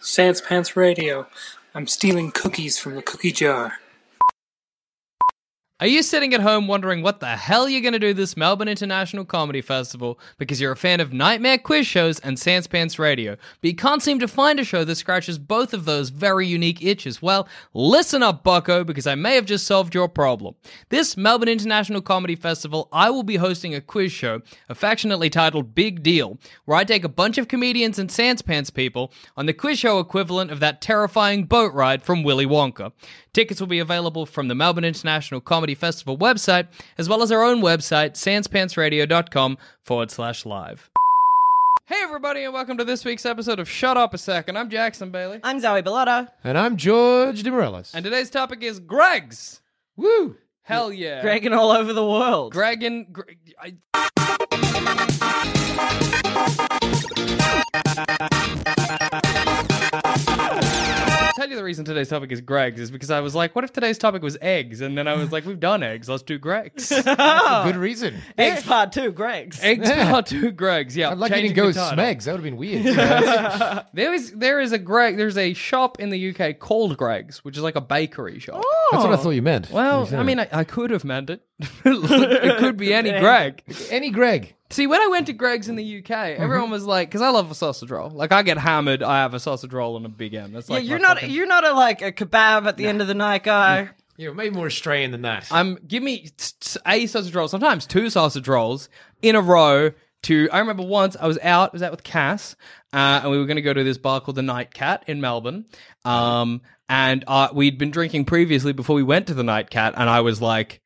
Sans Pants Radio. I'm stealing cookies from the cookie jar. Are you sitting at home wondering what the hell you're going to do this Melbourne International Comedy Festival because you're a fan of nightmare quiz shows and Sans Pants Radio, but you can't seem to find a show that scratches both of those very unique itches? Well, listen up, bucko, because I may have just solved your problem. This Melbourne International Comedy Festival, I will be hosting a quiz show affectionately titled Big Deal, where I take a bunch of comedians and Sans Pants people on the quiz show equivalent of that terrifying boat ride from Willy Wonka. Tickets will be available from the Melbourne International Comedy Festival website, as well as our own website, sanspantsradio.com forward slash live. Hey, everybody, and welcome to this week's episode of Shut Up a Second. I'm Jackson Bailey. I'm Zoe Bellotto. And I'm George DeMorellis. And today's topic is Greg's. Woo! Hell yeah. Dragging all over the world. Greg and. Gre- I- I'll tell you the reason today's topic is Greg's is because I was like, what if today's topic was eggs? And then I was like, we've done eggs, let's do Greg's. Good reason. Eggs part two, Greg's. eggs Yeah. part two Greg's, yeah. I'd like you changing didn't go the title. Smegs. That would have been weird. There is there is a Greg there's a shop in the UK called Greg's, which is like a bakery shop. That's what I thought you meant. Oh. Well, I mean, I, I could have meant it. it could be any Greg. any Greg. See, when I went to Greg's in the UK, Mm-hmm. everyone was like, because I love a sausage roll. Like, I get hammered. I have a sausage roll and a big M. That's yeah, like you're my not fucking- you're not a like a kebab at the end of the night guy. You're maybe more Australian than that. I'm give me s- s- a sausage roll, sometimes two sausage rolls in a row. To I remember once I was out, I was out with Cass, uh, and we were going to go to this bar called the Night Cat in Melbourne. Um, and uh, we'd been drinking previously before we went to the Night Cat, and I was like,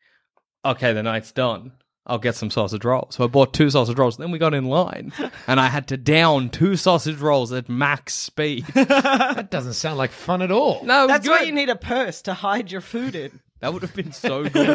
"Okay, the night's done. I'll get some sausage rolls." So I bought two sausage rolls. Then we got in line, and I had to down two sausage rolls at max speed. No, it that doesn't sound like fun at all. was That's why good. you need a purse to hide your food in. That would have been so good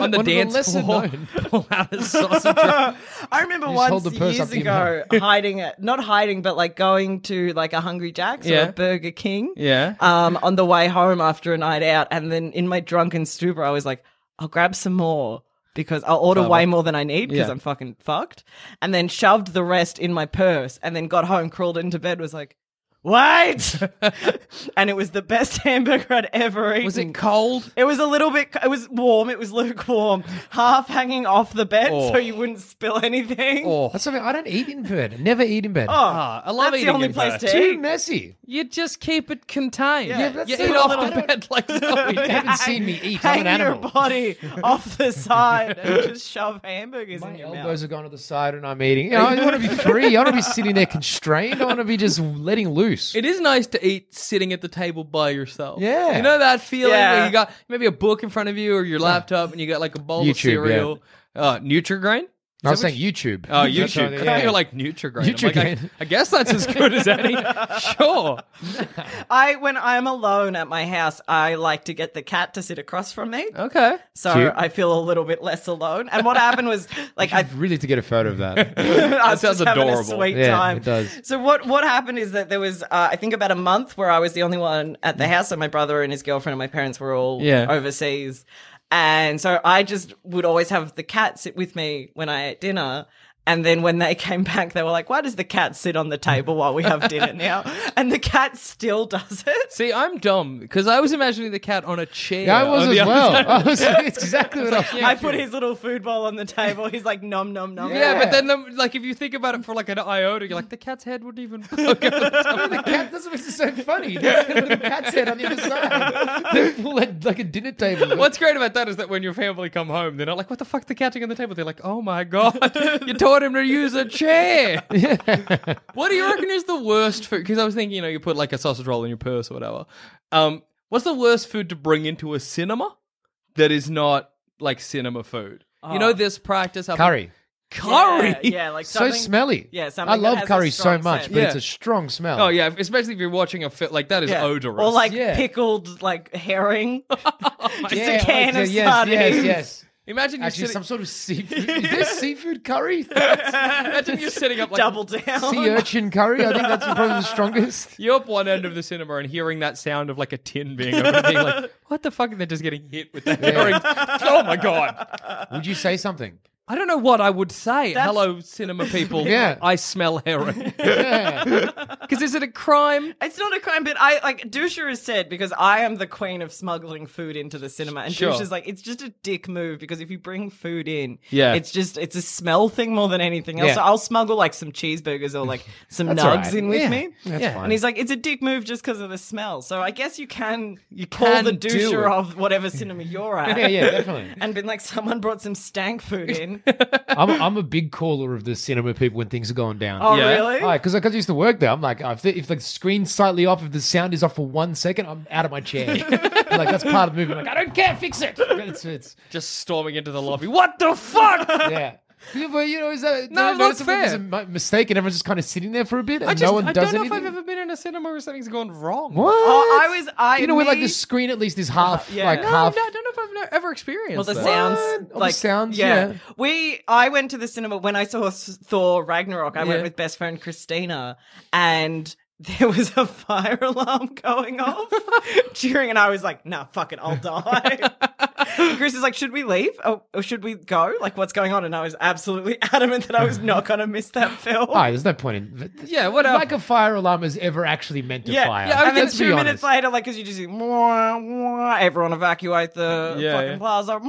on the One of the dance lesser floor. known. Pull out a sausage roll. I remember just once hold the purse years up to your ago hiding it, not hiding, but like going to like a Hungry Jack's Yeah. or a Burger King. Yeah. Um, on the way home after a night out, and then in my drunken stupor, I was like, I'll grab some more because I'll order way more than I need because Yeah. I'm fucking fucked. And then shoved the rest in my purse, and then got home, crawled into bed, was like. Wait! and it was the best hamburger I'd ever eaten. Was it cold? It was a little bit. It was warm. It was lukewarm, half hanging off the bed, Oh. so you wouldn't spill anything. Oh, That's something I don't eat in bed. I never eat in bed. I love That's eating the only in place bed. to Too eat. messy. You just keep it contained. Yeah, that's you the eat off whole little- the bed like Zoe You did. haven't seen me eat. I'm Hang an your animal. body off the side and just shove hamburgers My in your elbows mouth. are gone to the side when I'm eating. You know, I want to be free. I want to be sitting there constrained. I want to be just letting loose. It is nice to eat sitting at the table by yourself. Yeah. You know that feeling where Yeah. you got maybe a book in front of you or your laptop and you got like a bowl of YouTube, cereal. Uh, Nutrigrain? I was saying YouTube. Oh, That's what I- YouTube. I thought yeah. you were like Nutrigrain. I'm like, Nutrigrain. I, I guess that's as good as any. sure. I, when I'm alone at my house, I like to get the cat to sit across from me, Okay. so Oh, Cute. I feel a little bit less alone. And what happened was, like, I I'd really to get a photo of that. I was sounds just having adorable. a sweet Yeah, time. it does. So what what happened is that there was uh, I think about a month where I was the only one at the house, and my brother and his girlfriend and my parents were all Yeah. overseas, and so I just would always have the cat sit with me when I ate dinner. And then when they came back, they were like, "Why does the cat sit on the table while we have dinner now?" And the cat still does it. See, I'm dumb because I was imagining the cat on a chair. Yeah, I was on the as other well. side. I was, it's exactly what I was. I put his little food bowl on the table. He's like, "Nom nom nom." Yeah, nom. but then, um, like, if you think about it for like an iota, you're like, the cat's head wouldn't even. poke out the top of the- Cat, that's what makes it so funny. There's a little cat's head on the other side. They pull it like a dinner table. What's great about that is that when your family come home, they're not like, "What the fuck, the cat doing on the table?" They're like, "Oh my god, you taught him to use a chair." what do you reckon is the worst food? Because I was thinking, you know, you put like a sausage roll in your purse or whatever. Um, what's the worst food to bring into a cinema that is not like cinema food? You know this practice up curry? curry. Oh. Yeah, yeah, like So something- smelly. yeah, something I love that has a curry so strong much, scent. but it's Yeah. a strong smell. Oh yeah, especially if you're watching a fit like that is Yeah. odorous. Or like Yeah. pickled like herring. Just Yeah, a can like, of yes, sardines. Yes, yes. imagine you're Actually, sitting, some sort of seafood. Is there seafood curry? sea imagine you're sitting up like Double down. urchin curry. I think that's probably the strongest. You're up one end of the cinema and hearing that sound of like a tin being opened, and being like, "What the fuck?" And they're just getting hit with that. Yeah. Oh my god! Would you say something? I don't know what I would say. That's- Hello, cinema people. Yeah. I smell heroin. Yeah. Because is it a crime? It's not a crime, but I like Dusha has said because I am the queen of smuggling food into the cinema, and Sure. Dusha's like it's just a dick move because if you bring food in, Yeah. it's just it's a smell thing more than anything else. Yeah. So I'll smuggle like some cheeseburgers or like some nugs That's all right. in with Yeah, me. That's Yeah. fine. And he's like, it's a dick move just because of the smell. So I guess you can you can call the do doucher it. of whatever cinema you're at. yeah, yeah, definitely. And been like, someone brought some stank food in. I'm, I'm a big caller of the cinema people when things are going down. Oh, Yeah. really? because I used to work there. I'm like, if the, if the screen's slightly off, if the sound is off for one second, I'm out of my chair. like that's part of the movie. I'm like, I don't care, fix it. It's, it's Just storming into the lobby. What the fuck? yeah. Yeah, But you know, is that No, do you notice that's when there's fair. a mi- mistake and everyone's just kind of sitting there for a bit and I just, no one I does don't know anything. if I've ever been in a cinema where something's gone wrong. what? Oh, I was I you know, where like me- the screen at least is half, Yeah. like No, no, I half. don't know if I've ne- ever experienced Well, the that. sounds What? Oh, the like sounds, yeah. We, I went to the cinema when I saw S- Thor Ragnarok. I Yeah. went with best friend Christina, and there was a fire alarm going off cheering, and I was like, "Nah, fuck it, I'll die." And Chris is like, "Should we leave? Or, or should we go? Like, what's going on?" And I was absolutely adamant that I was not going to miss that film. Oh, there's no point in. Yeah, what else? Like a fire alarm is ever actually meant to Yeah, fire. yeah, I and then Let's be two minutes honest. later, like, because you just see, "Mwah, mwah," everyone evacuate the Yeah, fucking yeah. plaza, mwah,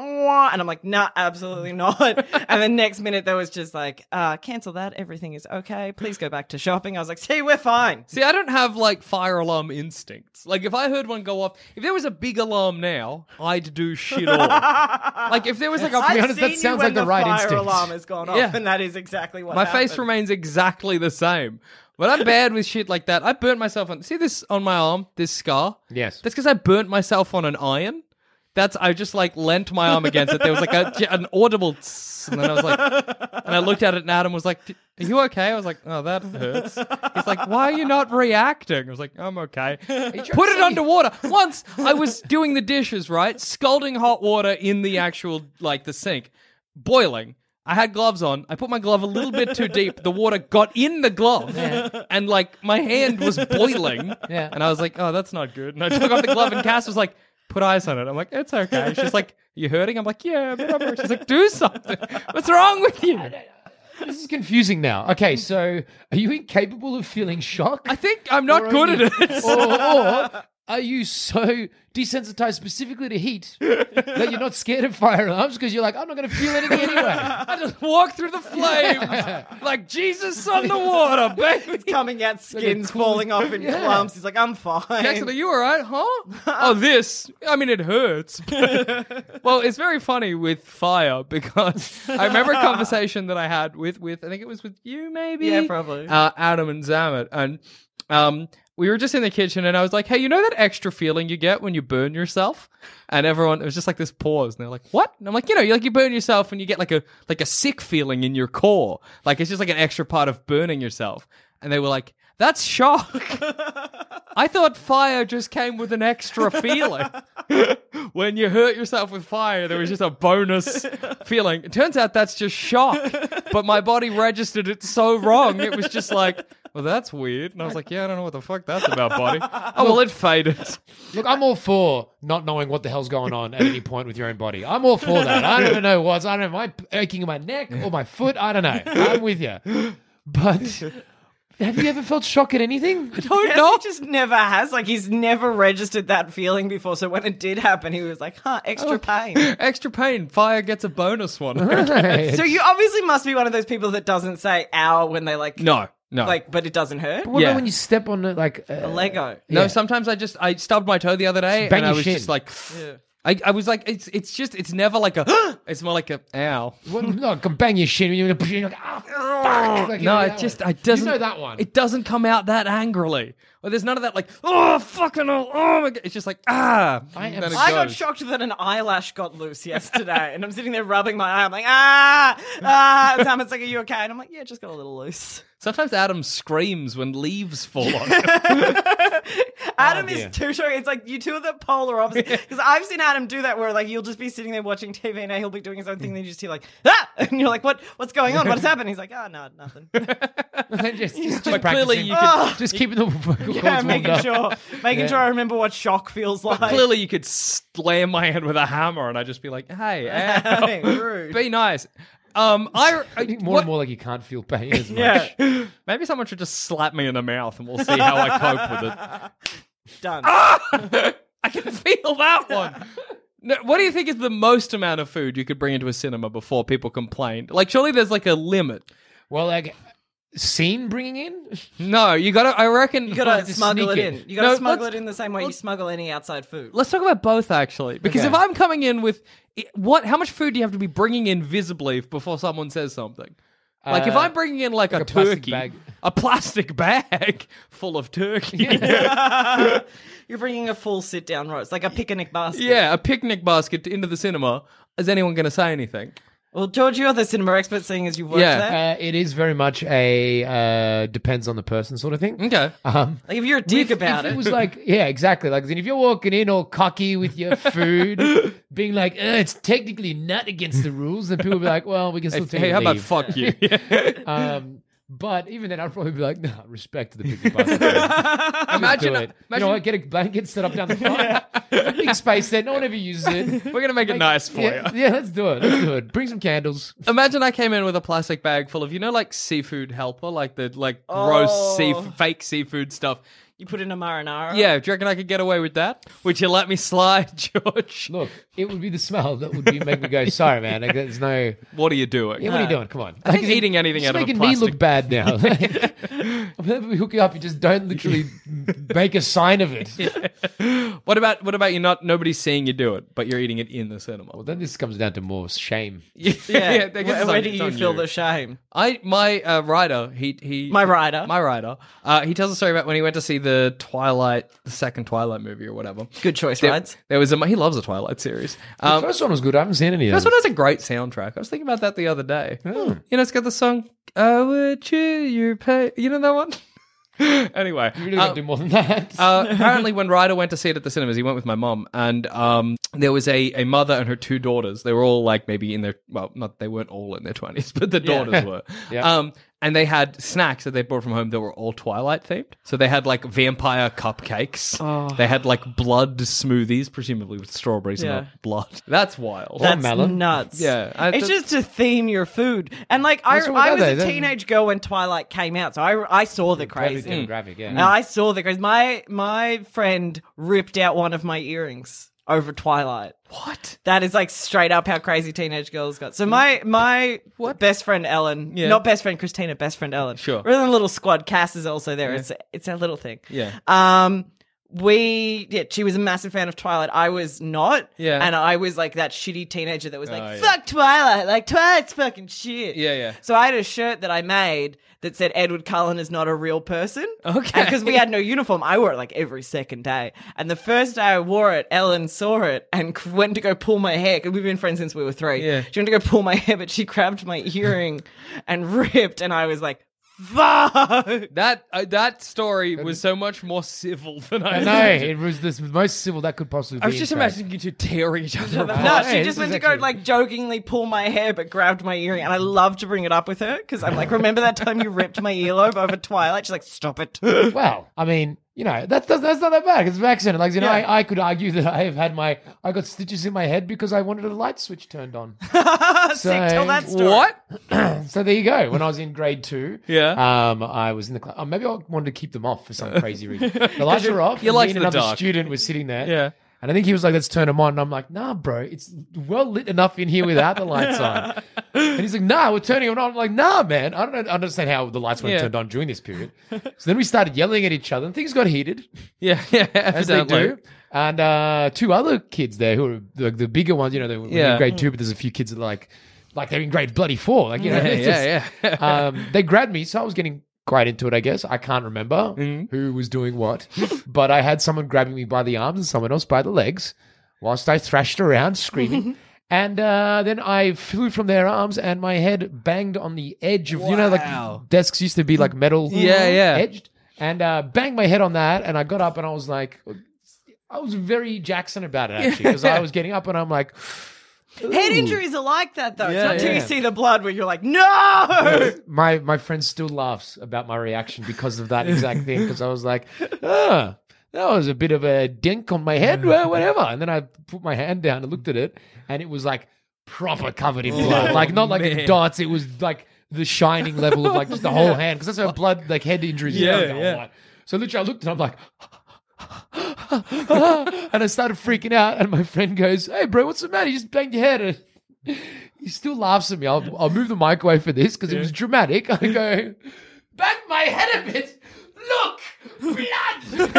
mwah, and I'm like, nah, absolutely not. and the next minute, there was just like, uh, cancel that, everything is okay, please go back to shopping. I was like, see, we're fine. See, I don't have like fire alarm instincts. Like, if I heard one go off, if there was a big alarm now, I'd do shit all. like, if there was like a be I've honest, that seen you sounds when like the right fire instinct. alarm has gone off, Yeah. and that is exactly what My happened. face remains exactly the same. But I'm bad with shit like that. I burnt myself on. See this on my arm, this scar? Yes. That's because I burnt myself on an iron. That's I just like lent my arm against it. There was like a, j- an audible, tss, and then I was like, and I looked at it, and Adam was like, "D- "Are you okay?" I was like, "Oh, that hurts." He's like, "Why are you not reacting?" I was like, "I'm okay." Put it underwater. Once I was doing the dishes, right, scalding hot water in the actual like the sink, boiling. I had gloves on. I put my glove a little bit too deep. The water got in the glove, and like my hand was boiling. Yeah. And I was like, "Oh, that's not good." And I took off the glove, and Cass was like, "Put ice on it." I'm like, "It's okay." She's like, "You hurting?" I'm like, "Yeah." but I'm all right." She's like, "Do something. What's wrong with you?" This is confusing now. Okay, so are you incapable of feeling shock? I think I'm not Or are good you- at it. Or, or are you so desensitized specifically to heat that you're not scared of fire alarms because you're like, I'm not going to feel anything anyway? I just walk through the flames like Jesus on the water, baby. coming out, skins falling off in clumps. He's like, I'm fine. Jackson, are you all right? Huh? oh, this. I mean, it hurts. but- well, it's very funny with fire because I remember a conversation that I had with with I think it was with you, maybe. Yeah, probably. Uh, Adam and Zamet, and um, we were just in the kitchen, and I was like, "Hey, you know that extra feeling you get when you burn yourself?" And everyone, it was just like this pause, and they're like, "What?" And I'm like, "You know, you like you burn yourself, and you get like a like a sick feeling in your core, like it's just like an extra part of burning yourself." And they were like, "That's shock." I thought fire just came with an extra feeling. when you hurt yourself with fire, there was just a bonus feeling. It turns out that's just shock. But my body registered it so wrong. It was just like, well, that's weird. And I was like, yeah, I don't know what the fuck that's about, body. Oh, well, it faded. Look, I'm all for not knowing what the hell's going on at any point with your own body. I'm all for that. I don't even know what's, I don't know, am I aching in my neck or my foot? I don't know. I'm with you. But have you ever felt shock at anything? Oh, Yes, no. he just never has. Like he's never registered that feeling before. So when it did happen, he was like, "Huh, Oh. extra pain." Extra pain. Fire gets a bonus Uh-huh. one. Right. so you obviously must be one of those people that doesn't say "ow" when they like no, no. like, but it doesn't hurt. what yeah. about when you step on it like A uh, Lego. No, Yeah. sometimes I just I stubbed my toe the other day bang and I your was shin. just like I, I was like it's it's just it's never like a it's more like a ow. Well, no, I can bang your shin and you're like, ah, fuck. Like, you Oh, No, know, it that just one. I doesn't You know that one. It doesn't come out that angrily. Well, there's none of that like oh fucking hell, oh my god. It's just like ah. I am and then it so- I got goes. shocked that an eyelash got loose yesterday, and I'm sitting there rubbing my eye. I'm like, ah, ah. And Simon's like, "Are you okay?" And I'm like, "Yeah, it just got a little loose." Sometimes Adam screams when leaves fall on. him. Adam Oh, dear. is too short. It's like you two are the polar opposite. Because I've seen Adam do that where like you'll just be sitting there watching TV and he'll be doing his own thing, and then you just hear like ah, and you're like, what? What's going on? What's happened? He's like, oh no, nothing. just, just, But just clearly practicing. you could- just keeping the vocal yeah, cords warmed making up. sure, making Yeah. sure I remember what shock feels Oh. like. Clearly, you could slam my head with a hammer, and I'd just be like, "Hey, ow, Hey, rude. be nice." Um, I, I think more what- and more like you can't feel pain as much. Yeah, Maybe someone should just slap me in the mouth, and we'll see how I cope with it. done. I can feel that one. No, what do you think is the most amount of food you could bring into a cinema before people complained? Like, surely there's like a limit. Well, like scene bringing in. No, you gotta. I reckon You gotta Just sneak smuggle it it. in. You gotta No, smuggle let's- it in the same way you let's- smuggle any outside food. Let's talk about both actually, because Okay. if I'm coming in with what, how much food do you have to be bringing in visibly before someone says something? Like if Uh, I'm bringing in like, like a, a plastic turkey, bag. a plastic bag full of turkey, You're bringing a full sit down roast, like a picnic basket. yeah, a picnic basket into the cinema, is anyone going to say anything? Well, George, you're the cinema expert, seeing as you've worked Yeah. there. Uh, it is very much a uh, depends on the person sort of thing. Okay, Um, Like if you're a dick if- about if it. was like, yeah, exactly. Like, then if you're walking in all cocky with your food, being like, "Uh, it's technically not against the rules, then people be like, well, we can still hey, take how a about leave. fuck you? Um, but even then, I'd probably be like, no, respect to the picnic basket. Just Imagine- do it. you imagine- know what? Get a blanket set up down the front. Big space there. No one ever uses it. We're gonna make it nice for you. yeah, yeah, let's do it. Let's do it. Bring some candles. Imagine I came in with a plastic bag full of you know like seafood helper, like the like gross sea Oh. fake seafood stuff. you put in a marinara. Yeah, do you reckon I could get away with that? Would you let me slide, George? Look, it would be the smell that would be make me go, sorry, man. Like, there's no. What are you doing? Yeah, what are you doing? Come on. think eating anything just out of a making plastic- me look bad now. Like, whenever we hook you up, you just don't literally make a sign of it. What about what about you? Not nobody's seeing you do it, but you're eating it in the cinema. Well, then this comes down to more shame. yeah, Yeah. I guess where it's where on- do it's you on feel the shame? I my uh, writer, he he My writer. my writer, uh, he tells a story about when he went to see the Twilight, the second Twilight movie or whatever. Good choice, There, rides. there was a he loves the Twilight series. The Um, first one was good. I haven't seen any of This them. one has a great soundtrack. I was thinking about that the other day. You know, it's got the song "I Would Chew Your Pay." You know that one. anyway, You really uh, got to do more than that. uh, apparently, when Ryder went to see it at the cinemas, he went with my mum, and um, there was a, a mother and her two daughters. They were all like maybe in their well, not they weren't all in their twenties, but the daughters were. Yeah. Um, and they had snacks that they brought from home that were all Twilight themed. So they had like vampire cupcakes. Oh. They had like blood smoothies, presumably with strawberries Yeah. and not blood. That's wild. That- That's melon. nuts. Yeah, I- it's just to theme your food. And like I, What's wrong with I was that, a though? teenage girl when Twilight came out, so I, I saw the craze. Perfect Mm. demographic, yeah. And I saw the craze. My my friend ripped out one of my earrings over Twilight. what? That is like straight up how crazy teenage girls got. So my my best friend Ellen, Yeah. not best friend Christina, best friend Ellen. Sure. We're in a little squad. Cass is also there. It's it's our little thing. Yeah. Um. We yeah, she was a massive fan of Twilight. I was not. Yeah. And I was like that shitty teenager that was like, Oh, yeah. fuck Twilight. Like Twilight's fucking shit. Yeah, yeah. So I had a shirt that I made that said Edward Cullen is not a real person. Okay. Because we had no uniform, I wore it like every second day. And the first day I wore it, Ellen saw it and c- went to go pull my hair. Because we've been friends since we were three. Yeah. She went to go pull my hair, but she grabbed my earring and ripped. And I was like, fuck. That uh, that story was so much more civil than I. no, imagined. it was the most civil that could possibly be. I was just in fact. imagining you two tearing each other apart. No, Oh, she hey, just this went is to go actually- like jokingly pull my hair, but grabbed my earring, and I love to bring it up with her because I'm like, remember that time you ripped my earlobe over Twilight? She's like, stop it. Well, I mean, you know, that's that's, that's not that bad. It's an accident. Like, you know, Yeah. I, I could argue that I have had my I got stitches in my head because I wanted a light switch turned on. Sick, tell that story. What? so there you go. When I was in grade two, Yeah. um, I was in the class. Oh, maybe I wanted to keep them off for some crazy reason. The lights were off. you and like me and the another dark. student was sitting there. Yeah. And I think he was like, "Let's turn them on." And I'm like, "Nah, bro, it's well lit enough in here without the lights on." And he's like, "Nah, we're turning them on." I'm like, "Nah, man, I don't understand how the lights weren't Yeah. turned on during this period." So then we started yelling at each other, and things got heated Yeah, yeah, as they evidently. do. And uh, two other kids there who are the, the bigger ones, you know, they were Yeah. in grade two, but there's a few kids that are like, like they're in grade bloody four. Like, you know, Yeah, it's yeah, yeah. um, they grabbed me, so I was getting quite into it, I guess. I can't remember Mm-hmm. who was doing what, but I had someone grabbing me by the arms and someone else by the legs whilst I thrashed around screaming. And uh, then I flew from their arms, and my head banged on the edge of you know, Wow. like desks used to be like metal, Yeah, yeah. edged, and uh, banged my head on that. And I got up and I was like, I was very Jackson about it actually because I was getting up and I'm like, Head "Ooh." injuries are like that though. Yeah, it's not till you yeah. see the blood where you're like, no. My my friend still laughs about my reaction because of that exact thing because I was like, ah, that was a bit of a dink on my head, well, whatever. And then I put my hand down and looked at it, and it was like proper covered in blood, Oh, like not like man. dots. It was like the shining level of like just the whole hand because that's how blood like head injuries. Yeah, go, yeah. like. So literally, I looked and I'm like. and I started freaking out, and my friend goes, "Hey, bro, what's the matter? You just banged your head." And he still laughs at me. I'll, I'll move the mic away for this because it was dramatic. I go, back my head a bit. Look, blood.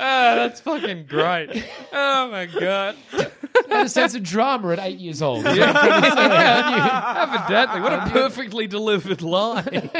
Oh, that's fucking great. Oh my god. had a sense of drama at eight years old. Evidently, what a perfectly delivered line.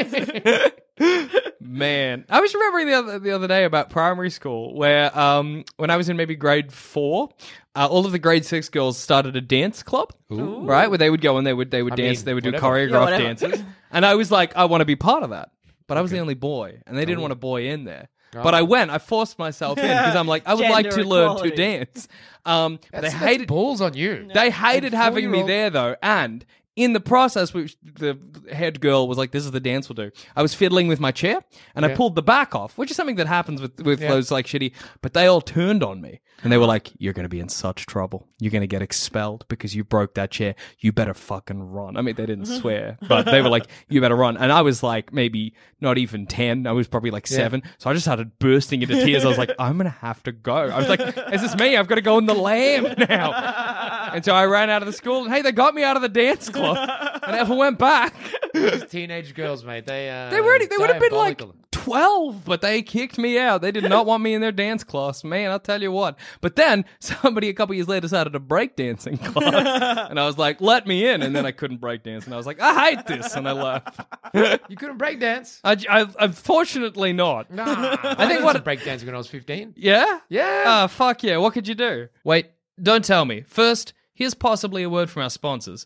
Man, I was remembering the other the other day about primary school where um when I was in maybe grade four, uh, all of the grade six girls started a dance club, right? Where they would go and they would they would I dance, mean, they would do whatever. Yeah, choreographed whatever. dances, and I was like, I want to be part of that, but I was the only boy, and they didn't want a boy in there. Oh. But I went. I forced myself in because I'm like, I would like to Gender learn to equality. dance. Um, but they That's, hated that's balls on you. they hated And having me four-year-old- there though, and in the process, which the head girl was like, "This is the dance we'll do." I was fiddling with my chair, and I pulled the back off, which is something that happens with with those like shitty. But they all turned on me, and they were like, "You're going to be in such trouble. You're going to get expelled because you broke that chair. You better fucking run." I mean, they didn't swear, but they were like, "You better run." And I was like, maybe not even ten. I was probably like seven. So I just started bursting into tears. I was like, "I'm going to have to go." I was like, "Is this me? I've got to go in the lamb now." And so I ran out of the school, and hey, they got me out of the dance club. I never went back. Teenage girls, mate. They uh, They were they would have been like diabolical. twelve, but they kicked me out. They did not want me in their dance class, man. I'll tell you what. But then somebody a couple years later started a breakdancing class, and I was like, "Let me in!" And then I couldn't breakdance, and I was like, "I hate this," and I left. You couldn't break dance. I, I, unfortunately not. Nah, I, think think what- what break dancing when I was fifteen. Yeah. Yeah. Ah, fuck yeah. What could you do? Wait, don't tell me. First, here's possibly a word from our sponsors.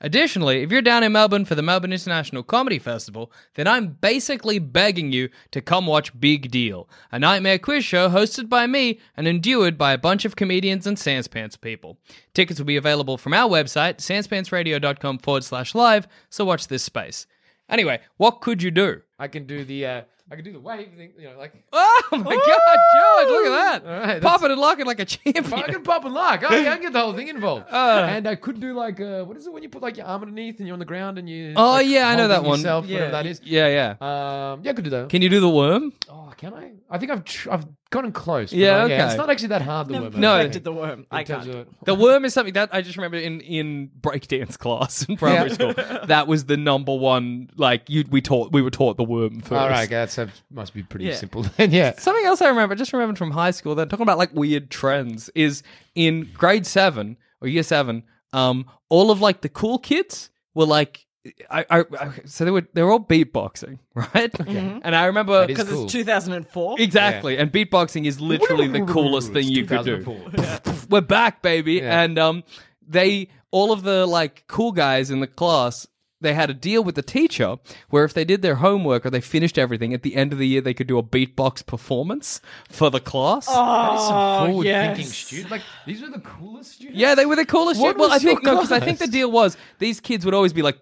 Additionally, if you're down in Melbourne for the Melbourne International Comedy Festival, then I'm basically begging you to come watch Big Deal, a nightmare quiz show hosted by me and endured by a bunch of comedians and Sanspants people. Tickets will be available from our website, sanspantsradio.com forward slash live, so watch this space. Anyway, what could you do? I can do the uh, I can do the wave thing. You know, like Oh my god, George, look at that! All right, that's- Popping and locking like a champion. I can pop and lock. I, I can get the whole thing involved. and I could do like uh, what is it when you put like your arm underneath and you're on the ground and you. Oh, like, yeah, I know holding that one. Yourself, Yeah. Whatever that is. Yeah, yeah. Um, yeah, I could do that. Can you do the worm? oh, can I? I I think I've tr- I've gotten close. but Yeah, like, okay. It's not actually that hard. The worm. No. I I think, did the worm. in I terms can't. of- The worm is something that I just remember in in breakdance class in primary Yeah. school. That was the number one. Like you, we taught we were taught the worm first. All right, okay, that's that must be pretty Yeah. simple. Then yeah, Something else I remember, just remembered from high school, that talking about like weird trends is in grade seven or year seven. Um, all of like the cool kids were like, I, I, I so they were they were all beatboxing, right? And I remember That is Because Cool. it's 2004. exactly, and beatboxing is literally the coolest thing you could do. 2004. We're back, baby, Yeah. and um, they all of the like cool guys in the class. They had a deal with the teacher where if they did their homework or they finished everything at the end of the year, they could do a beatbox performance for the class. That is some forward thinking yes. students. Like these were the coolest students. Yeah, they were the coolest What shit. Well, I was your think no, because I think the class? deal was these kids would always be like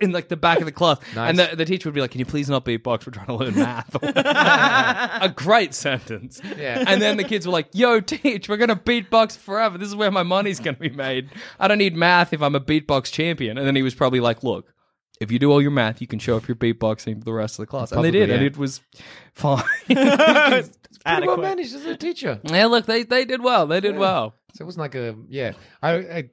in like the back of the class, Nice. and the, the teacher would be like, "Can you please not beatbox? We're trying to learn math." or whatever. a great sentence. Yeah. And then the kids were like, "Yo, teach, we're gonna beatbox forever. This is where my money's gonna be made. I don't need math if I'm a beatbox champion." And then he was probably like, "Look." If you do all your math, you can show off your beatboxing to the rest of the class. and they Probably, did, and yeah. it was fine. pretty well Adequate. managed as a teacher. yeah, look, they, they did well. They did well. So it wasn't like a yeah. I, I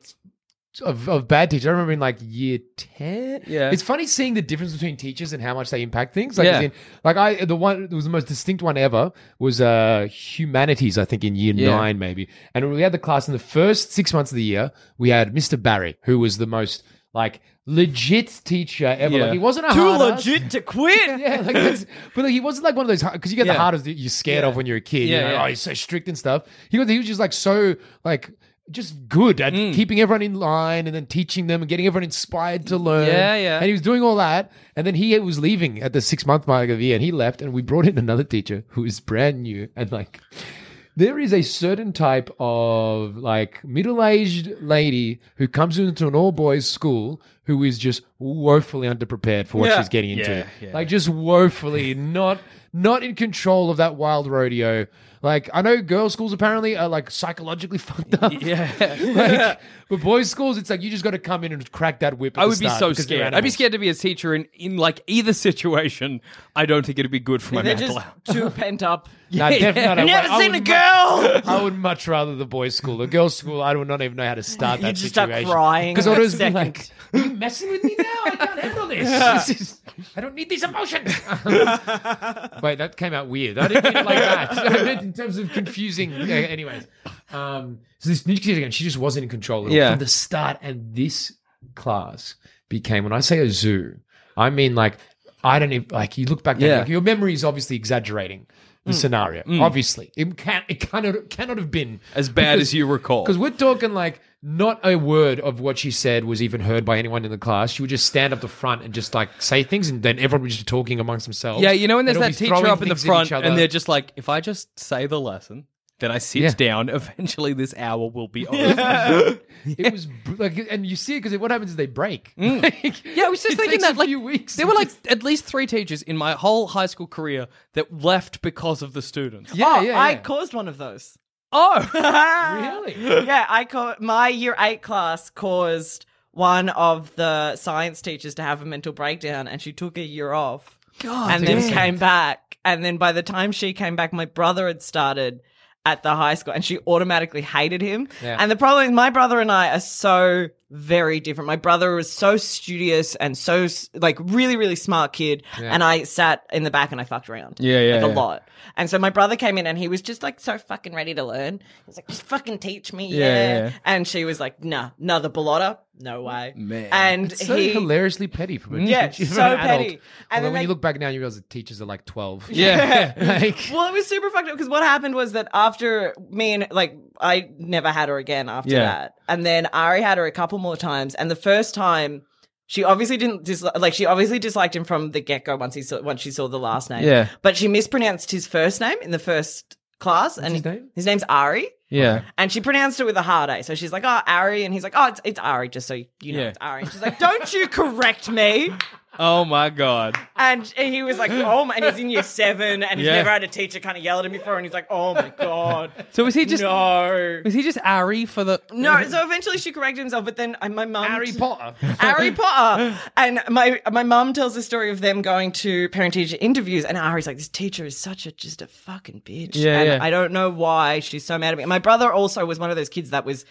of, of bad teachers. I remember in like year ten. Yeah. it's funny seeing the difference between teachers and how much they impact things. Like, Yeah. as in- like I the one that was the most distinct one ever was uh humanities. I think in year Yeah. nine maybe, and we had the class in the first six months of the year. We had Mr. Barry, who was the most like legit teacher ever. Yeah. Like, he wasn't a Too hard ass. legit to quit. Yeah, like that's, but like, he wasn't like one of those because you get Yeah. the hardest that you're scared of when you're a kid. Yeah, you know, yeah. oh, he's so strict and stuff. He was he was just like so like just good at Mm. keeping everyone in line and then teaching them and getting everyone inspired to learn. Yeah, yeah. And he was doing all that, and then he was leaving at the six month mark of the year, and he left, and we brought in another teacher who is brand new and like. There is a certain type of like middle-aged lady who comes into an all-boys school who is just woefully underprepared for what Yeah. she's getting into. Like just woefully not not in control of that wild rodeo. Like I know girls' schools apparently are like psychologically fucked up. Yeah. Like, but boys' schools, it's like you just got to come in and crack that whip. at I the would be start so because they're scared. I'd be animals. scared to be a teacher in, in like either situation. I don't think it'd be good for my They're mental just health. too pent up. No, definitely not. I Never would- I seen a would girl. I would much rather the boys' school. The girls' school, I would not even know how to start You that just start situation. crying because I'd for a always be second. like, "Are you messing with me now? I can't handle this. This is- I don't need these emotions." Wait, that came out weird. I didn't mean it like that. I meant in terms of confusing. Yeah, anyways, um, so this new kid again, she just wasn't in control at all Yeah. from the start, and this class became when I say a zoo, I mean like I don't even like you look back. Yeah. Mm. Yeah. your memory is obviously exaggerating the scenario. Obviously, it can it cannot cannot have been As bad as you recall. Because 'cause we're talking like not a word of what she said was even heard by anyone in the class. She would just stand up the front and just like say things, and then everyone was just talking amongst themselves. Yeah, you know when there's They'd all that be teacher throwing up in the things at each front other. and they're just like, if I just say the lesson, then I sit Yeah. down, eventually this hour will be over. it was br- like, and you see it because what happens is they break. Mm. Yeah, I was just It thinking takes that a like few weeks. there were like at least three teachers in my whole high school career that left because of the students. yeah, oh, yeah, yeah. I caused one of those. Oh, really. yeah, I ca- my year eight class caused one of the science teachers to have a mental breakdown, and she took a year off, God, and then came back. And then by the time she came back, my brother had started at the high school, and she automatically hated him. Yeah. And the problem is, my brother and I are so very different. My brother was so studious and so s- like really really smart kid, and I sat in the back and I fucked around. Yeah, yeah, like, yeah. a lot. And so my brother came in and he was just like so fucking ready to learn. He was like, just fucking teach me. Yeah. yeah, yeah. And she was like, nah, another ballotta. No way. Man. And It's so he, hilariously petty from a Yeah, teacher, so from an petty. Adult. And And then when they- you look back now, you realize the teachers are like twelve. yeah. like, well, it was super fucked up because what happened was that after me and like, I never had her again after Yeah. that. And then Ari had her a couple more times. And the first time, she obviously didn't dislike, like, she obviously disliked him from the get go once he saw, once she saw the last name. Yeah. But she mispronounced his first name in the first class. and his name? His name's Ari. yeah. And she pronounced it with a hard A. So she's like, oh, Ari. And he's like, oh, it's, it's Ari, just so you know Yeah. it's Ari. And she's like, don't you correct me. Oh my god. And he was like, oh my, and he's in year seven and he's Yeah. never had a teacher kind of yell at him before. And he's like, oh my God. So was he just no. was he just Ari for the No, so eventually she corrected himself, but then uh, my mum. Harry Potter. Harry Potter. And my my mum tells the story of them going to parent teacher interviews, and Ari's like, "This teacher is such a just a fucking bitch." Yeah, and yeah. I don't know why she's so mad at me. My brother also was one of those kids that was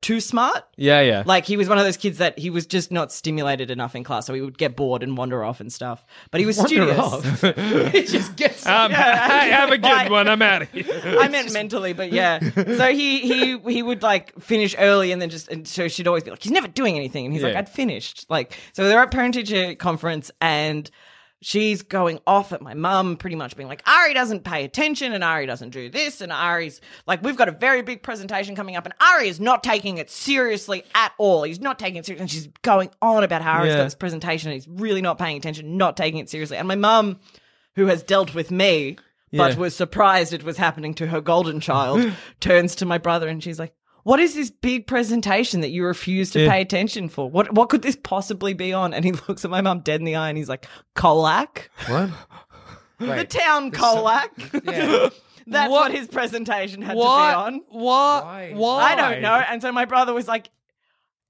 too smart. Yeah, yeah. Like he was one of those kids that he was just not stimulated enough in class, so he would get bored and wander off and stuff. But he was studious. it just gets. um, Yeah. hey, have a good Like- one. I'm out of here. I meant mentally, but yeah. So he he he would like finish early, and then just and so she'd always be like, "He's never doing anything," and he's like, Yeah. "I'd finished." Like so, they're at parent teacher conference, and she's going off at my mum, pretty much being like, "Ari doesn't pay attention, and Ari doesn't do this, and Ari's like, we've got a very big presentation coming up, and Ari is not taking it seriously at all. He's not taking it seriously." And she's going on about how Ari's Yeah. got this presentation, and he's really not paying attention, not taking it seriously, and my mum who has dealt with me but Yeah. was surprised it was happening to her golden child, turns to my brother and she's like, what is this big presentation that you refuse to pay attention for? What what could this possibly be on? And he looks at my mum dead in the eye and he's like, Colac? What? The town Colac? That's What? what? his presentation had What? to be on. What? Why? Why? I don't know. And so my brother was like,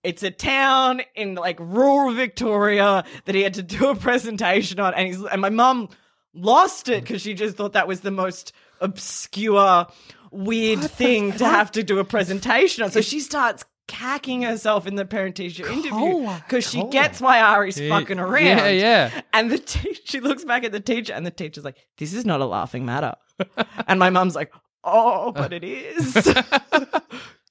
it's a town in like rural Victoria that he had to do a presentation on. And he's and my mum lost it because she just thought that was the most obscure, weird thing to have to do a presentation on. So she starts cacking herself in the parent teacher interview because she gets why Ari's fucking around. Yeah, yeah. And the te- she looks back at the teacher, and the teacher's like, "This is not a laughing matter." and my mum's like, "Oh, but it is."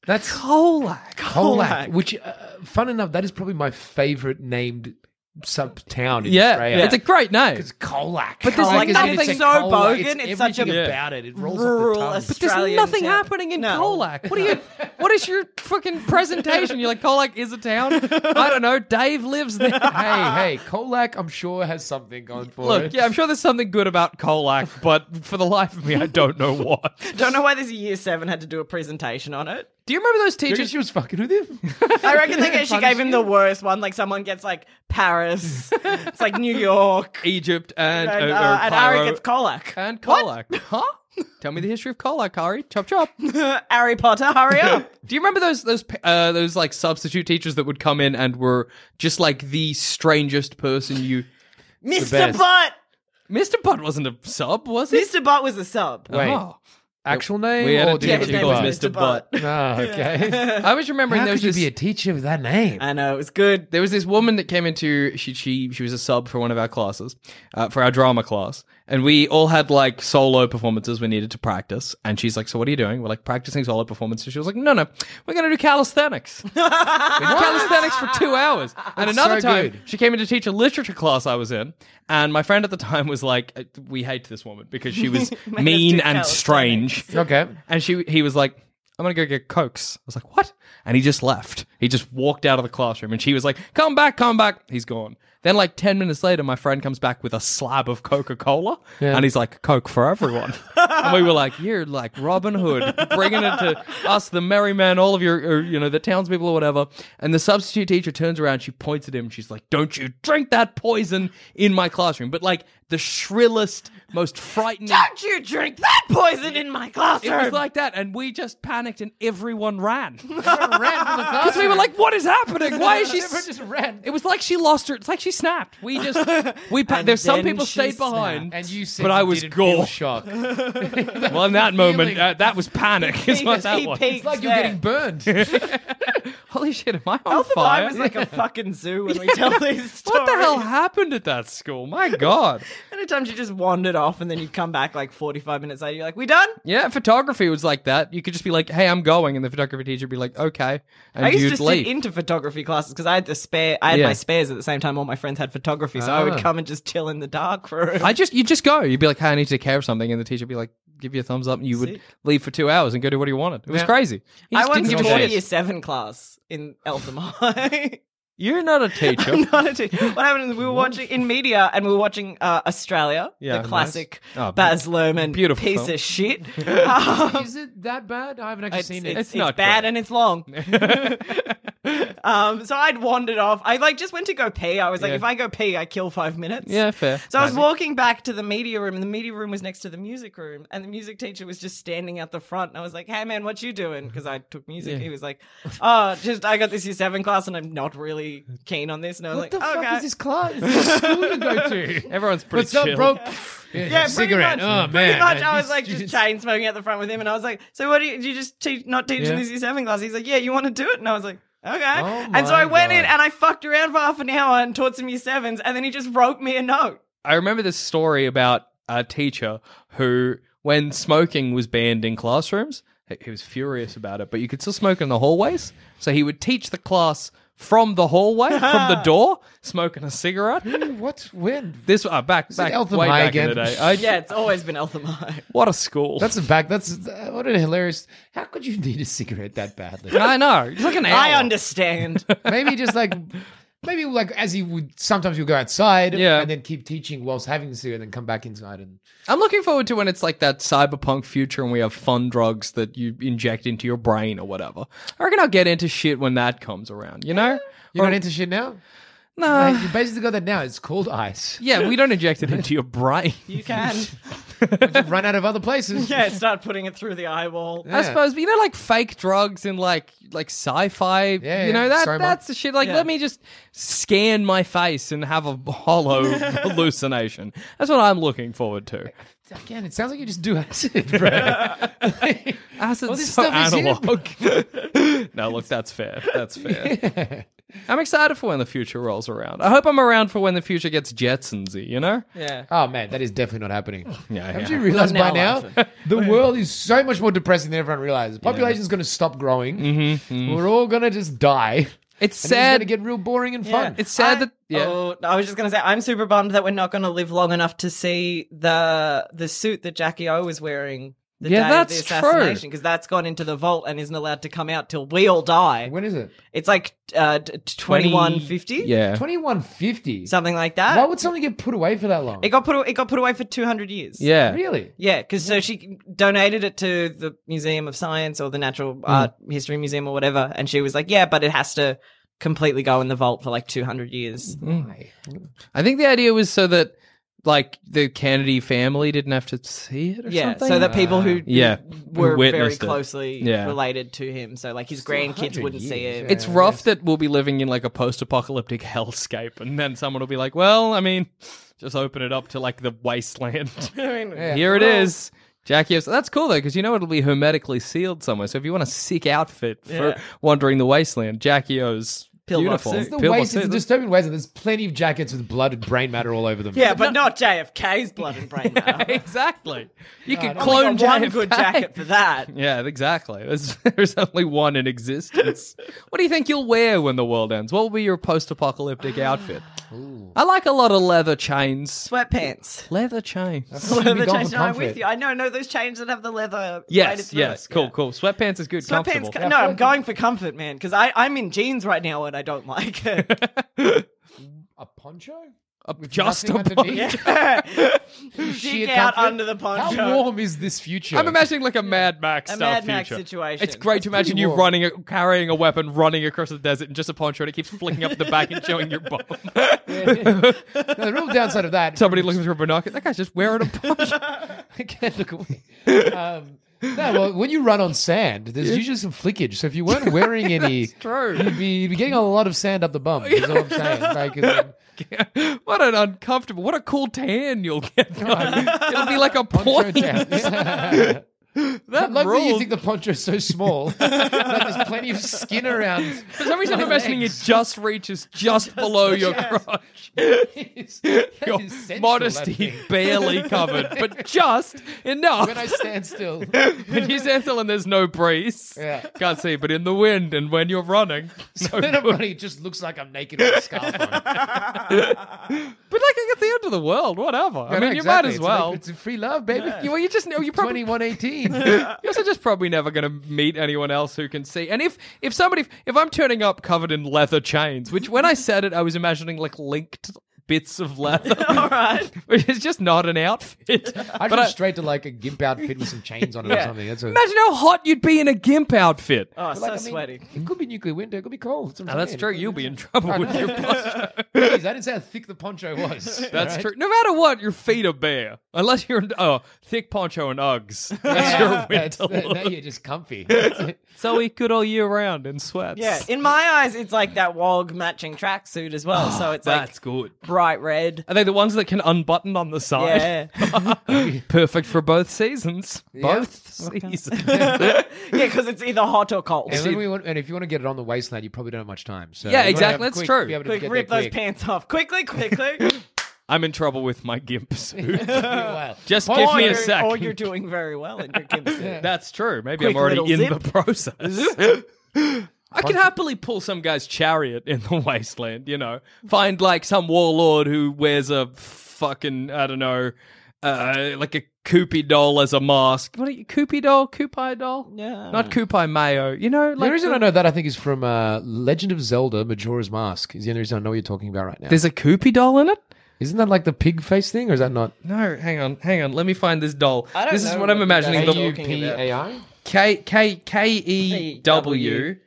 That's Colac. Colac, which, uh, fun enough, that is probably my favorite named sub town in Yeah, Australia. it's a great name. It's Colac. But there's Colac like is in nothing it's a so Colac. bogan, it's It's, such a everything Yeah. about it. It rolls rural off Australia. the tongue. But there's Australian nothing town. happening in No. Colac. What are you? What is your fucking presentation? You're like Colac is a town. I don't know. Dave lives there. Hey, hey, Colac, I'm sure has something going for Look, it. yeah, I'm sure there's something good about Colac, but for the life of me, I don't know what. Don't know why there's a year seven had to do a presentation on it. Do you remember those Do you reckon teachers? she was fucking with him. I reckon they, she gave him the worst one. Like someone gets like Paris, it's like New York, Egypt and and, uh, uh, uh, and Cairo Ari gets Colac. and Colac, huh? Tell me the history of Colac, Ari. Chop chop. Harry Potter, hurry up! Do you remember those those uh, those like substitute teachers that would come in and were just like the strangest person you? Mr. best. Butt. Mr. Butt wasn't a sub, was he? Mr. Butt was a sub. Wait, Oh. actual name? We had a or did teacher you his name called was Mr. Mr. Butt. Uh. Ah, okay. I was remembering How there was could you this be a teacher with that name? I know it was good. there was this woman that came into she she she was a sub for one of our classes uh, for our drama class and we all had like solo performances we needed to practice and she's like so what are you doing we're like practicing solo performances she was like no no we're going to do calisthenics we did calisthenics for two hours and another so time good. she came in to teach a literature class i was in and my friend at the time was like uh, we hate this woman because she was mean do and strange Okay. and she he was like, I'm gonna go get cokes. I was like, what? And he just left. He just walked out of the classroom, and she was like, come back, come back. He's gone. Then like ten minutes later, my friend comes back with a slab of Coca Cola, and he's like, Coke for everyone. and we were like, you're like Robin Hood, bringing it to us, the merry men, all of your, or, you know, the townspeople or whatever. And the substitute teacher turns around, she points at him, she's like, don't you drink that poison in my classroom. But like the shrillest, most frightening. Don't you drink that poison in my classroom? It was like that, and we just panicked, and everyone ran ran from the because we were like, "What is happening? Why is she?" Everyone just ran. It was like she lost her. It's like she snapped. We just we. Pa- And there's some then people she stayed behind, And you said But you I was didn't feel gone. shock. It's well, in that moment, feeling. uh, that was panic. Is what that he was. peaked like you're there. getting burned. Holy shit! Am I on Elf and I fire? was like a fucking zoo when we tell these stories. what the hell happened at that school? My god! Anytime you just wandered off and then you come back like 45 minutes later, you're like, we done? Yeah, photography was like that. You could just be like, "Hey, I'm going," and the photography teacher would be like, "Okay," and I used you'd to leave. sit into photography classes because I had the spare, I had Yeah. Ah. my spares at the same time all my friends had photography, so I would come and just chill in the dark for. I just you just go. You'd be like, "Hey, I need to take care of something," and the teacher would be like, "Give you a thumbs up," and you would leave for two hours and go do what you wanted. It was Yeah. crazy. You I just once didn't give a taught a shit. year seven class in Eltham High. You're not a teacher. Not a teacher. What happened is we were watching in media and we were watching uh, Australia, Yeah, nice. the classic Oh, Baz Luhrmann beautiful piece film. of shit. Um, Is it that bad? I haven't actually it's, seen it's, it. It's it's not bad great. and it's long. Um, so I'd wandered off. I like just went to go pee. I was like, Yeah. if I go pee, I kill five minutes. Yeah, fair. So I was walking back to the media room, and the media room was next to the music room, and the music teacher was just standing at the front. And I was like, "Hey, man, what you doing?" Because I took music. He was like, "Oh, just I got this year seven class, and I'm not really keen on this." And I was What like, the "Okay." fuck is this class? Is this school you go to? Everyone's pretty What's up, chill. bro? Yeah, pretty cigarette. much. Oh man, Pretty much, man, I was these like just students- chain smoking at the front with him, and I was like, "So what do you, do you just teach, not teaching Yeah. this year seven class?" He's like, "Yeah, you want to do it?" And I was like, "Okay." Oh and so my I went in God. and I fucked around for half an hour and taught some year sevens, and then he just wrote me a note. I remember this story about a teacher who, when smoking was banned in classrooms, he- he was furious about it, but you could still smoke in the hallways. So he would teach the class from the hallway, from the door, smoking a cigarette. What? When? This uh, back it back Eltham way High back in the again? day. I, Yeah, it's always been Elthamai. What a school! That's a back. That's uh, what a hilarious. How could you need a cigarette that badly? I know. It's like an hour. I understand. maybe just like, maybe like as he would sometimes you go outside, Yeah. and then keep teaching whilst having the cigarette, and then come back inside and I'm looking forward to when it's like that cyberpunk future and we have fun drugs that you inject into your brain or whatever. I reckon I'll get into shit when that comes around. You know? you're Or- not into shit now. Uh, Nah. Mate, you basically got that now. It's called ice. Yeah, we don't inject it into your brain. you can, Run out of other places. yeah, start putting it through the eyeball. I suppose, but you know, like fake drugs and like like sci-fi. Yeah, you know yeah, that Soma. that's the shit. Like, Yeah. let me just scan my face and have a hollow hallucination. That's what I'm looking forward to. Again, it sounds like you just do acid, bro. Acid's All this so stuff is in analog. no, look, that's fair. That's fair. I'm excited for when the future rolls around. I hope I'm around for when the future gets Jetsonsy. You know? Yeah. oh man, that is definitely not happening. Yeah, Haven't yeah. you realized Not by now, now the world is so much more depressing than everyone realizes? Population's going to stop growing. Mm-hmm. We're all going to just die. It's Mm-hmm, And then it's going sad. to get real boring and fun. it's sad I- that yeah. Oh, I was just gonna say I'm super bummed that we're not gonna live long enough to see the the suit that Jackie O was wearing. The Yeah, day that's of true. the assassination because that's gone into the vault and isn't allowed to come out till we all die. when is it? It's like uh, twenty one fifty, Yeah. Twenty one fifty. something like that. Why would something get put away for that long? it got put aw- it got put away for two hundred years. yeah. really? yeah, because so she donated it to the Museum of Science or the Natural Hmm. Art History Museum or whatever, and she was like, "Yeah, but it has to completely go in the vault for like two hundred years." I think the idea was so that like the Kennedy family didn't have to see it or Yeah, something. so that people who Uh, Yeah, were who very witnessed it. closely Yeah. related to him, so like his grandkids 100 wouldn't see years, him. yeah. It's rough that we'll be living in like a post-apocalyptic hellscape, and then someone will be like, "Well, I mean, just open it up to like the wasteland. Here it is." Jackie, O's- that's cool though, because you know it'll be hermetically sealed somewhere. So if you want a sick outfit for wandering the wasteland, Jackie O's Pillbox beautiful. suit. It's the pillbox waste. It's suit. the disturbing waste. and There's plenty of jackets with blood and brain matter all over them. yeah, but not JFK's blood and brain matter. exactly. You could Only got clone one JFK. good jacket for that. Yeah, exactly. There's, there's only one in existence. what do you think you'll wear when the world ends? What will be your post-apocalyptic Ah. outfit? I like a lot of leather chains. Sweatpants. Leather chains. You'd be Leather gone chains. for No, I'm comfort. with you. I know, no, those chains that have the leather. braided Yes, through yes, it. cool, Yeah. cool. Sweatpants is good, comfortable. Sweatpants. co- No, I'm going for comfort, man, because I I'm in jeans right now and I don't like it. A poncho? Uh, With Just a nothing body. underneath? Sheer Dig out comfort? under the poncho. How warm is this future? I'm imagining like a Mad Max A style Mad Max future. situation. It's great to imagine you warm. running, a, carrying a weapon, running across the desert in just a poncho, and it keeps flicking up the back and showing your bum. No, the real downside of that. Somebody looking through a binocular. That guy's just wearing a poncho. I can't look away. Um, no, well, when you run on sand, there's usually some flickage. So if you weren't wearing any, true. You'd, be, you'd be getting a lot of sand up the bum. Is all I'm saying. Like, and then- what an uncomfortable, what a cool tan you'll get. though. It'll be like a poncho point. down. that That like that you rules. think the poncho's so small. like there's plenty of skin around. For some reason, I'm imagining it just reaches just, below your crotch. Your modesty barely covered, but just enough. When I stand still. When you stand still and there's no breeze, Yeah. can't see, but in the wind and when you're running. So Then good. But everybody just looks like I'm naked with a scarf on. like at the end of the world, whatever. I mean, you might as well. It's, free love, baby. you, well, you just know you probably 2118. You're also just probably never going to meet anyone else who can see. And if if somebody if I'm turning up covered in leather chains, which when I said it, I was imagining like linked bits of leather. All right. Oh, Which is just not an outfit. I'd But go I- straight to like a gimp outfit with some chains on it or something. That's a, Imagine how hot you'd be in a gimp outfit. Oh, so I mean, sweaty. It could be nuclear winter. It could be cold. That's, what Now, I'm Oh, that's saying. true. You'll be in trouble with your poncho. Jeez, I didn't say how thick the poncho was. That's Alright? true. No matter what, your feet are bare. Unless you're in oh, thick poncho and Uggs. That's your That's- winter look. now you're just comfy. That's it. So we good all year round in sweats. Yeah, in my eyes, it's like that wog matching tracksuit as well. Oh, so it's like That's good. bright red. Are they the ones that can unbutton on the side? Yeah, Perfect for both seasons. Both seasons. yeah, because it's either hot or cold. And, when we want, and if you want to get it on the waistline, you probably don't have much time. So Yeah, you wanna exactly. have That's quick- true. be able to Quick, get rip there those pants off quickly, quickly. I'm in trouble with my gimp suit. Meanwhile, Just Paul, give me a you're- sec. Or you're doing very well in your Kim's suit. That's true. Maybe Quick I'm already little in zip. the process. I could happily pull some guy's chariot in the wasteland, you know. Find like some warlord who wears a fucking, I don't know, uh, like a Koopy doll as a mask. What are you, Koopy doll? Koopai doll? Yeah. Not Koopai Mayo. You know, The like. only reason I know that I think is from uh, Legend of Zelda: Majora's Mask. Is the only reason I know what you're talking about right now. There's a Koopy doll in it? Isn't that like the pig face thing, or is that not? No, hang on, hang on. Let me find this doll. I don't this is know what I'm what imagining. that The is. talking about. AI. K K K E W E. E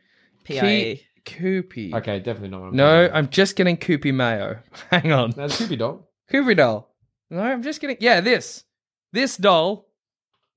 PIE. Koopy. Okay, definitely not. What I'm No, thinking of. I'm just getting Koopy Mayo. Hang on. No, it's Scooby Dog. Koopy doll. No, I'm just getting. Yeah, this. This doll.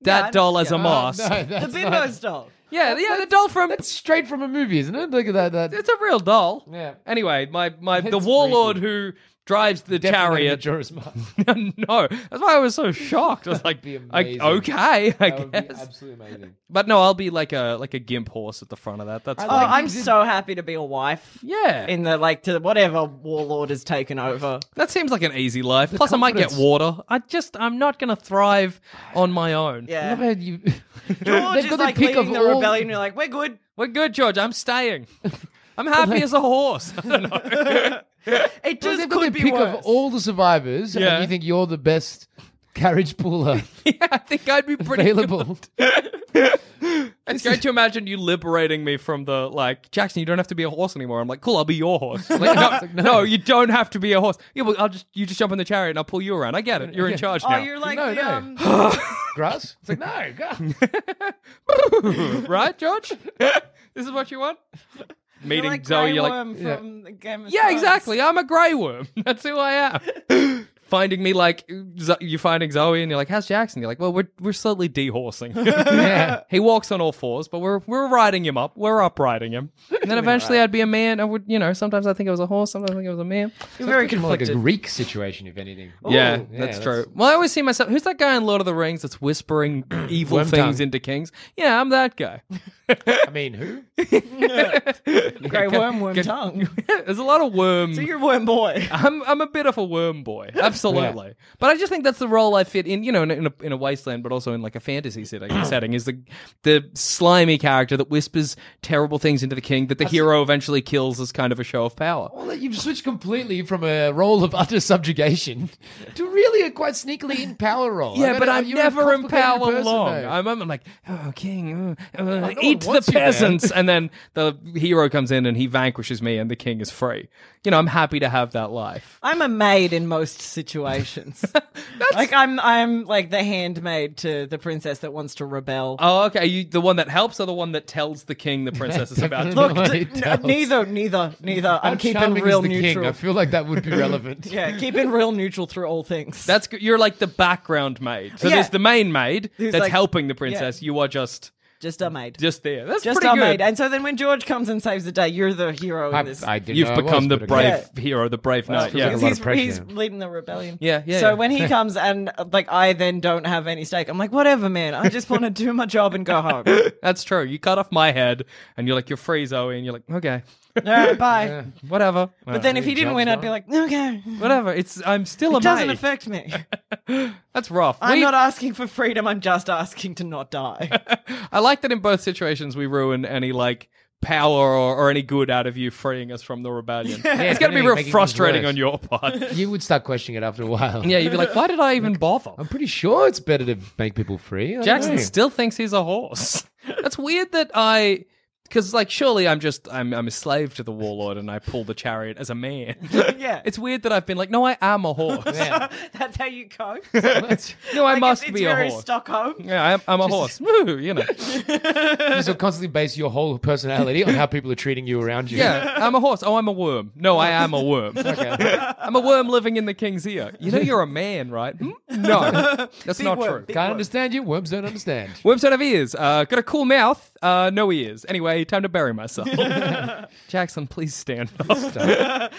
That Yeah, I- doll as a yeah. mask. No, that's The not- bimbo's doll. Yeah, yeah, the doll from. That's straight from a movie, isn't it? Look at that. that. It's a real doll. Yeah. Anyway, my, my the It's warlord freaky. who drives the Definitely chariot. Majora's Mask. no, that's why I was so shocked. I was like, be I- amazing. okay, I That would be guess. absolutely amazing. But no, I'll be like a like a gimp horse at the front of that. That's Oh, fine. I'm so happy to be a wife. yeah. In the like to whatever warlord has taken over. that seems like an easy life. Plus, I might get confidence. water. I just I'm not gonna thrive on my own. I love Yeah. how you. Or They've just got the like pick of leading the all- rebellion, you're like, we're good. We're good, George. I'm staying. I'm happy as a horse. I don't know. It Well, just they've got could the be pick worse. of all the survivors, Yeah. and you think you're the best carriage puller yeah, I think I'd be pretty good. available. It's great to imagine you liberating me from the like Jackson. You don't have to be a horse anymore. I'm like, cool. I'll be your horse. Like, no, no. you don't have to be a horse. Yeah, well, I'll just you just jump in the chariot and I'll pull you around. I get it. You're in charge Oh, now, you're like No, the, no. um, Grass? It's like, no, God. right, George? this is what you want. you're Meeting like Zoe, Grey you're like, Worm from the Game of yeah, Thrones. exactly. I'm a grey worm. That's who I am. finding me like Zo- you finding Zoe, and you're like, how's Jackson? You're like, well, we're we're slowly dehorsing. Yeah. He walks on all fours, but we're we're riding him up. We're up riding him. And then eventually I'd be a man. I would, you know, sometimes I think I was a horse, sometimes I think I was a man. You're very conflicted. More like a Greek situation, if anything. yeah, Ooh, that's true. Well, I always see myself. Who's that guy in Lord of the Rings that's whispering evil Worm things tongue. into kings? Yeah, I'm that guy. I mean, who? Grey worm, worm Get- tongue. There's a lot of worm. So you're worm boy. I'm I'm a bit of a worm boy, absolutely. But I just think that's the role I fit in, you know, in, a- in, a, in a wasteland, but also in like a fantasy setting. setting is the the slimy character that whispers terrible things into the king that the hero eventually kills as kind of a show of power. Well, you've switched completely from a role of utter subjugation to really a quite sneakily in power role. I Yeah, mean, but uh, I'm you're a never in complicated power person, long. though. I'm, I'm like, oh, king, oh, uh, one eat the wants you, man. peasants. and then the hero comes in and he vanquishes me and the king is free. You know, I'm happy to have that life. I'm a maid in most situations. like I'm, I'm like the handmaid to the princess that wants to rebel. Oh, okay. you the one that helps or the one that tells the king the princess is about to Look, No, d- it n- does. neither, neither, neither. How I'm keeping charming is real the king? neutral. I feel like that would be relevant. yeah, keeping real neutral through all things. That's good. You're like the background maid. So Yeah. there's the main maid Who's that's like- helping the princess. You are just just a maid. just there. That's Just pretty our good. maid. And so then when George comes and saves the day, you're the hero in I, this. I didn't You've know I become was, the but okay. brave hero, the brave knight. feels like Yeah. a because lot he's, of pressure. he's leading the rebellion. Yeah, yeah, So yeah. when he comes and uh, like I then don't have any stake, I'm like, whatever, man. I just want to do my job and go home. That's true. You cut off my head and you're like, you're free, Zoe. And you're like, okay, All right, bye. whatever. Uh, But then if he didn't job's win, I'd done. be like, okay, whatever. It's I'm still a it doesn't maid. affect me. That's rough. I'm We- not asking for freedom. I'm just asking to not die. I like that in both situations we ruin any like power or, or any good out of you freeing us from the rebellion. it's if going to be anything, real making things frustrating worse. on your part. You would start questioning it after a while. yeah, you'd be like, why did I even bother? I'm pretty sure it's better to make people free. I don't Jackson know. still thinks he's a horse. That's weird that I Because like surely I'm just I'm I'm a slave to the warlord and I pull the chariot as a man. Yeah. it's weird that I've been like, no, I am a horse. That's how you cope. No, I Like, must it's, it's be a very horse. Stockholm. Yeah, I'm, I'm a horse. Woo, you know. You so constantly base your whole personality on how people are treating you around you. Yeah, I'm a horse. Oh, I'm a worm. No, I am a worm. I'm a worm living in the king's ear. You know, you're a man, right? Hmm? No, that's not worm, true. big- Can't understand you. Worms don't understand. Worms don't have ears. Uh, got a cool mouth. Uh, no ears. Anyway, time to bury myself. Jackson, please stand up.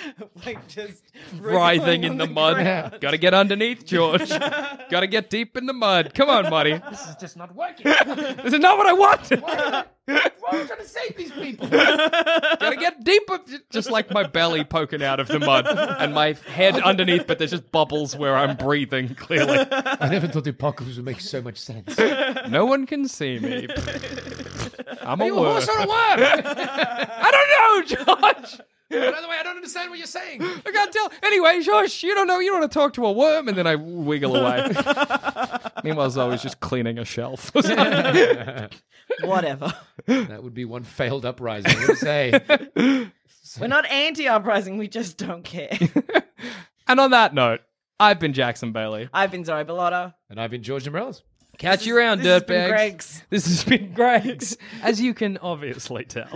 Like just wriggling Writhing on in the mud. ground. Got to get underneath, George. Got to get deep in the mud. Come on, buddy. This is just not working. This is not what I wanted. Why are we trying to save these people? Gotta get deeper. Just like my belly poking out of the mud and my head underneath, but there's just bubbles where I'm breathing, clearly. I never thought the apocalypse would make so much sense. No one can see me. I'm a you a worm. horse or a worm? I don't know, Josh. Another way, I don't understand what you're saying. I can't tell. Anyway, Josh, you don't know. You don't want to talk to a worm. And then I wiggle away. Meanwhile, Zoe's just cleaning a shelf. Whatever. That would be one failed uprising. I would say. We're not anti uprising, we just don't care. and on that note, I've been Jackson Bailey. I've been Zoe Bellotta. And I've been George Morales. Catch you around, this has been dirtbags. Greg's. This has been Greg's, as you can obviously tell.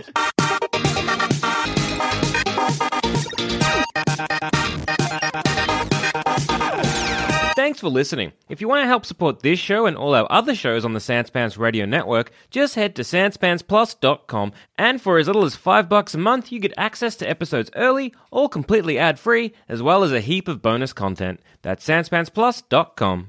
Thanks for listening. If you want to help support this show and all our other shows on the Sanspants Radio Network, just head to sanspantsplus.com and for as little as 5 bucks a month, you get access to episodes early, all completely ad-free, as well as a heap of bonus content. That's sanspantsplus.com.